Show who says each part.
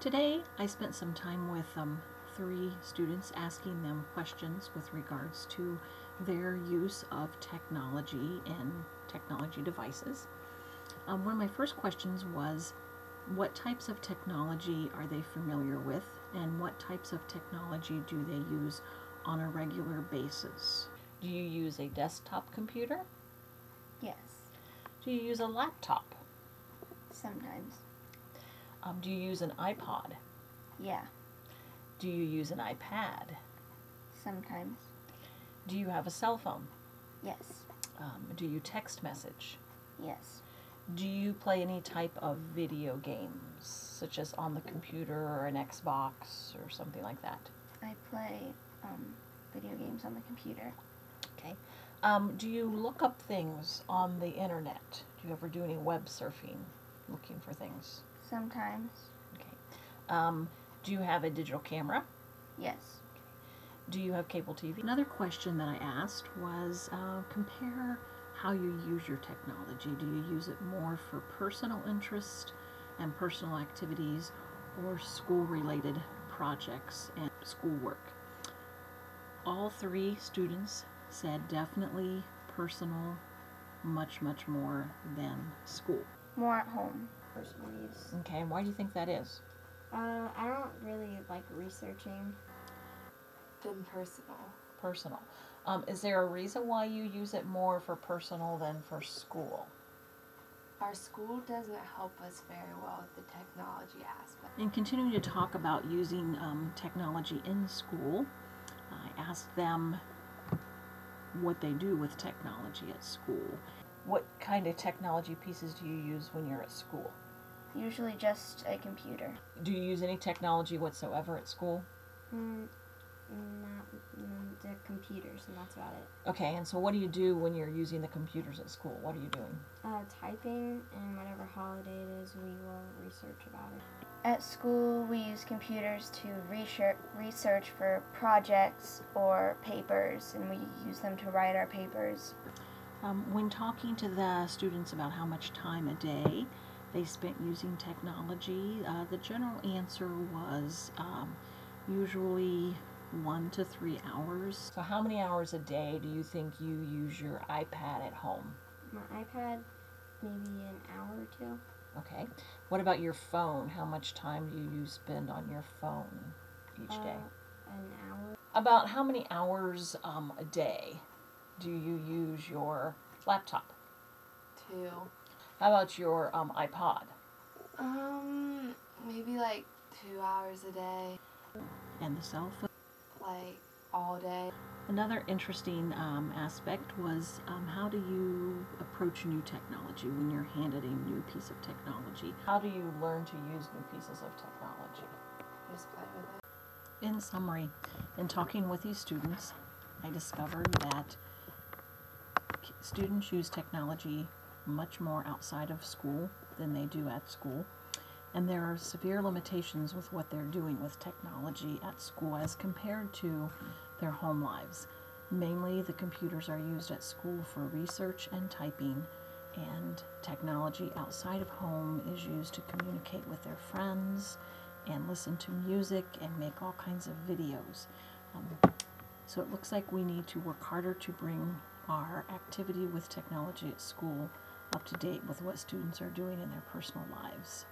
Speaker 1: Today, I spent some time with um, three students asking them questions with regards to their use of technology and technology devices. Um, one of my first questions was what types of technology are they familiar with, and what types of technology do they use on a regular basis? Do you use a desktop computer?
Speaker 2: Yes,
Speaker 1: Do you use a laptop?
Speaker 2: sometimes.
Speaker 1: Um, do you use an iPod?
Speaker 2: Yeah,
Speaker 1: Do you use an iPad?
Speaker 2: sometimes.
Speaker 1: Do you have a cell phone?
Speaker 2: Yes,
Speaker 1: Um, do you text message?
Speaker 2: yes,
Speaker 1: Do you play any type of video games, such as on the computer or an Xbox or something like that?
Speaker 2: I play um, video games on the computer.
Speaker 1: Okay. Um, do you look up things on the internet? Do you ever do any web surfing, looking for things?
Speaker 2: Sometimes,
Speaker 1: Okay. Um, do you have a digital camera?
Speaker 2: yes,
Speaker 1: Do you have cable TV? Another question that I asked was uh, compare how you use your technology. Do you use it more for personal interest and personal activities or school related projects and schoolwork? All three students said definitely personal, much, much more than school.
Speaker 2: more at home. Personal use.
Speaker 1: Okay, and why do you think that is?
Speaker 3: Uh, I don't really like researching. Been personal.
Speaker 1: Personal. Um, is there a reason why you use it more for personal than for school?
Speaker 3: Our school doesn't help us very well with the technology aspect.
Speaker 1: In continuing to talk about using um, technology in school, I asked them what they do with technology at school. What kind of technology pieces do you use when you're at school?
Speaker 2: Usually just a computer.
Speaker 1: Do you use any technology whatsoever at school?
Speaker 3: Mm, not mm, the computers, and that's about it.
Speaker 1: Okay, and so what do you do when you're using the computers at school? What are you doing?
Speaker 3: Uh, typing, and whatever holiday it is, we will research about it.
Speaker 2: At school, we use computers to research, research for projects or papers, and we use them to write our papers.
Speaker 1: Um, when talking to the students about how much time a day they spent using technology, uh, the general answer was um, usually one to three hours. So, how many hours a day do you think you use your iPad at home?
Speaker 3: My iPad, maybe an hour or two.
Speaker 1: Okay. What about your phone? How much time do you spend on your phone each
Speaker 3: Uh,
Speaker 1: day?
Speaker 3: An hour.
Speaker 1: About how many hours um, a day do you use your laptop?
Speaker 4: Two.
Speaker 1: How about your um, iPod?
Speaker 4: Um, maybe like two hours a day,
Speaker 1: And the cell phone?
Speaker 4: like all day.
Speaker 1: Another interesting um, aspect was um, how do you approach new technology when you're handed a new piece of technology? How do you learn to use new pieces of technology?
Speaker 4: Just play with it.
Speaker 1: In summary, in talking with these students, I discovered that k- students use technology much more outside of school than they do at school, and there are severe limitations with what they're doing with technology at school as compared to their home lives. Mainly, the computers are used at school for research and typing, and technology outside of home is used to communicate with their friends and listen to music and make all kinds of videos. Um, so it looks like we need to work harder to bring our activity with technology at school up to date with what students are doing in their personal lives.